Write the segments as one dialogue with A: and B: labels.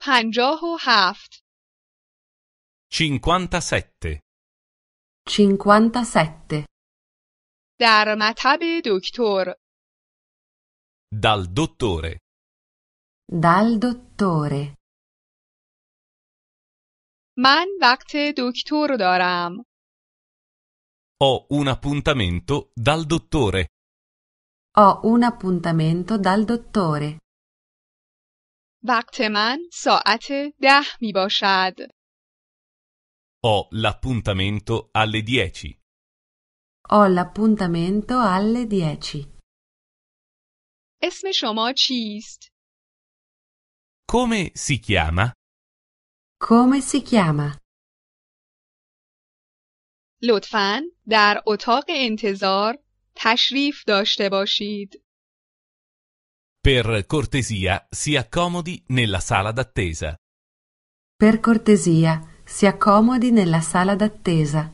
A: پنجاه و هفت
B: 57.
C: 57.
A: در مطب دکتر
B: Dal dottore.
C: Dal dottore.
A: من وقت دکتر دارم
B: Ho un appuntamento dal dottore.
C: Ho un appuntamento dal dottore.
A: وقت من ساعت ده می باشد
B: Ho l'appuntamento alle 10.
C: Ho l'appuntamento alle 10.
A: اسم شما چیست؟
B: Come si chiama?
C: Come si chiama?
A: لطفا در اتاق انتظار تشریف داشته باشید
B: Per cortesia, si accomodi nella sala d'attesa.
C: Per cortesia, si accomodi nella sala d'attesa.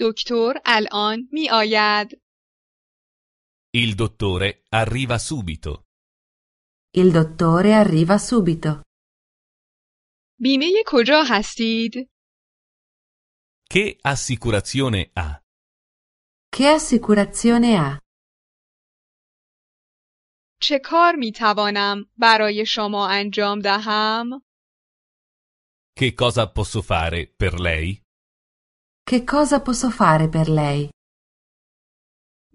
A: دکتر الان می آید
B: Il dottore arriva subito.
C: Il dottore arriva subito.
A: بیمه کجا هستید؟
B: Che assicurazione ha?
C: Che assicurazione ha?
A: چه کار می توانم برای شما انجام دهم؟
B: Che cosa posso fare per lei?
C: Che cosa posso fare per lei?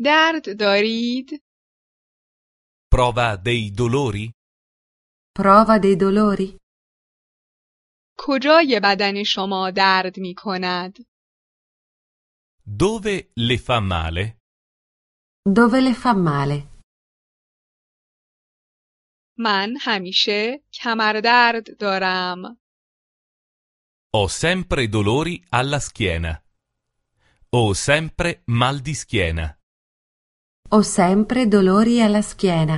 A: درد دارید؟
B: Prova dei dolori?
C: Prova dei dolori?
A: کجای بدن شما درد می کند؟
B: Dove le fa male?
C: Dove le fa male?
A: من همیشه کمردرد دارم.
B: Ho sempre dolori alla schiena. Ho sempre mal di schiena.
C: Ho sempre dolori alla schiena,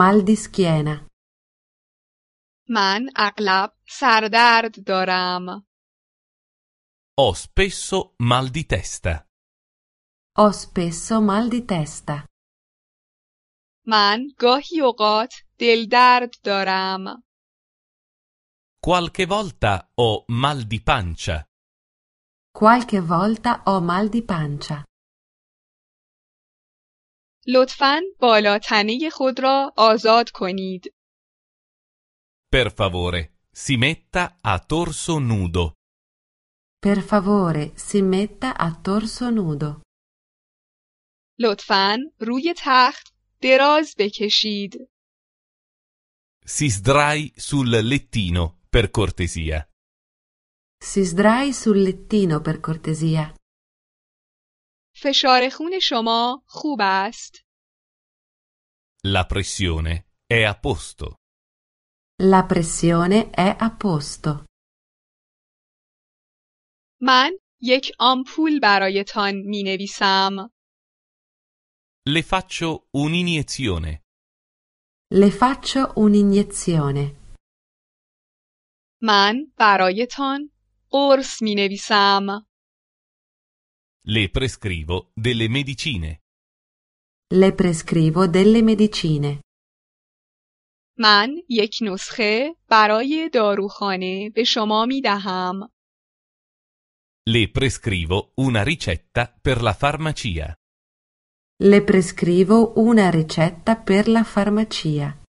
C: mal di schiena.
A: من اغلب سردرد دارم.
B: Ho spesso mal di testa.
C: Ho spesso mal di testa.
A: من گاهی اوقات دلدرد دارم.
B: Qualche volta ho mal di pancia.
C: Qualche volta ho mal di pancia.
A: لطفاً بالاتنه خود را آزاد کنید.
B: Per favore, si metta a torso nudo.
C: Per favore, si metta a torso nudo.
A: لطفاً روی تخت دراز بکشید.
B: Si sdrai sul lettino, per cortesia.
C: Si sdrai sul lettino per cortesia.
A: فشار خون شما خوب است.
B: La pressione è a posto.
C: La pressione è a posto.
A: من یک آمپول برایتان می نویسم.
B: Le faccio un'iniezione.
C: Le faccio un'iniezione.
A: من برایتان قرص می نویسم.
B: Le prescrivo delle medicine.
C: Le prescrivo delle medicine.
A: من یک نسخه برای داروخانه به شما می دهم.
B: Le prescrivo una ricetta per la farmacia.
C: Le prescrivo una ricetta per la farmacia.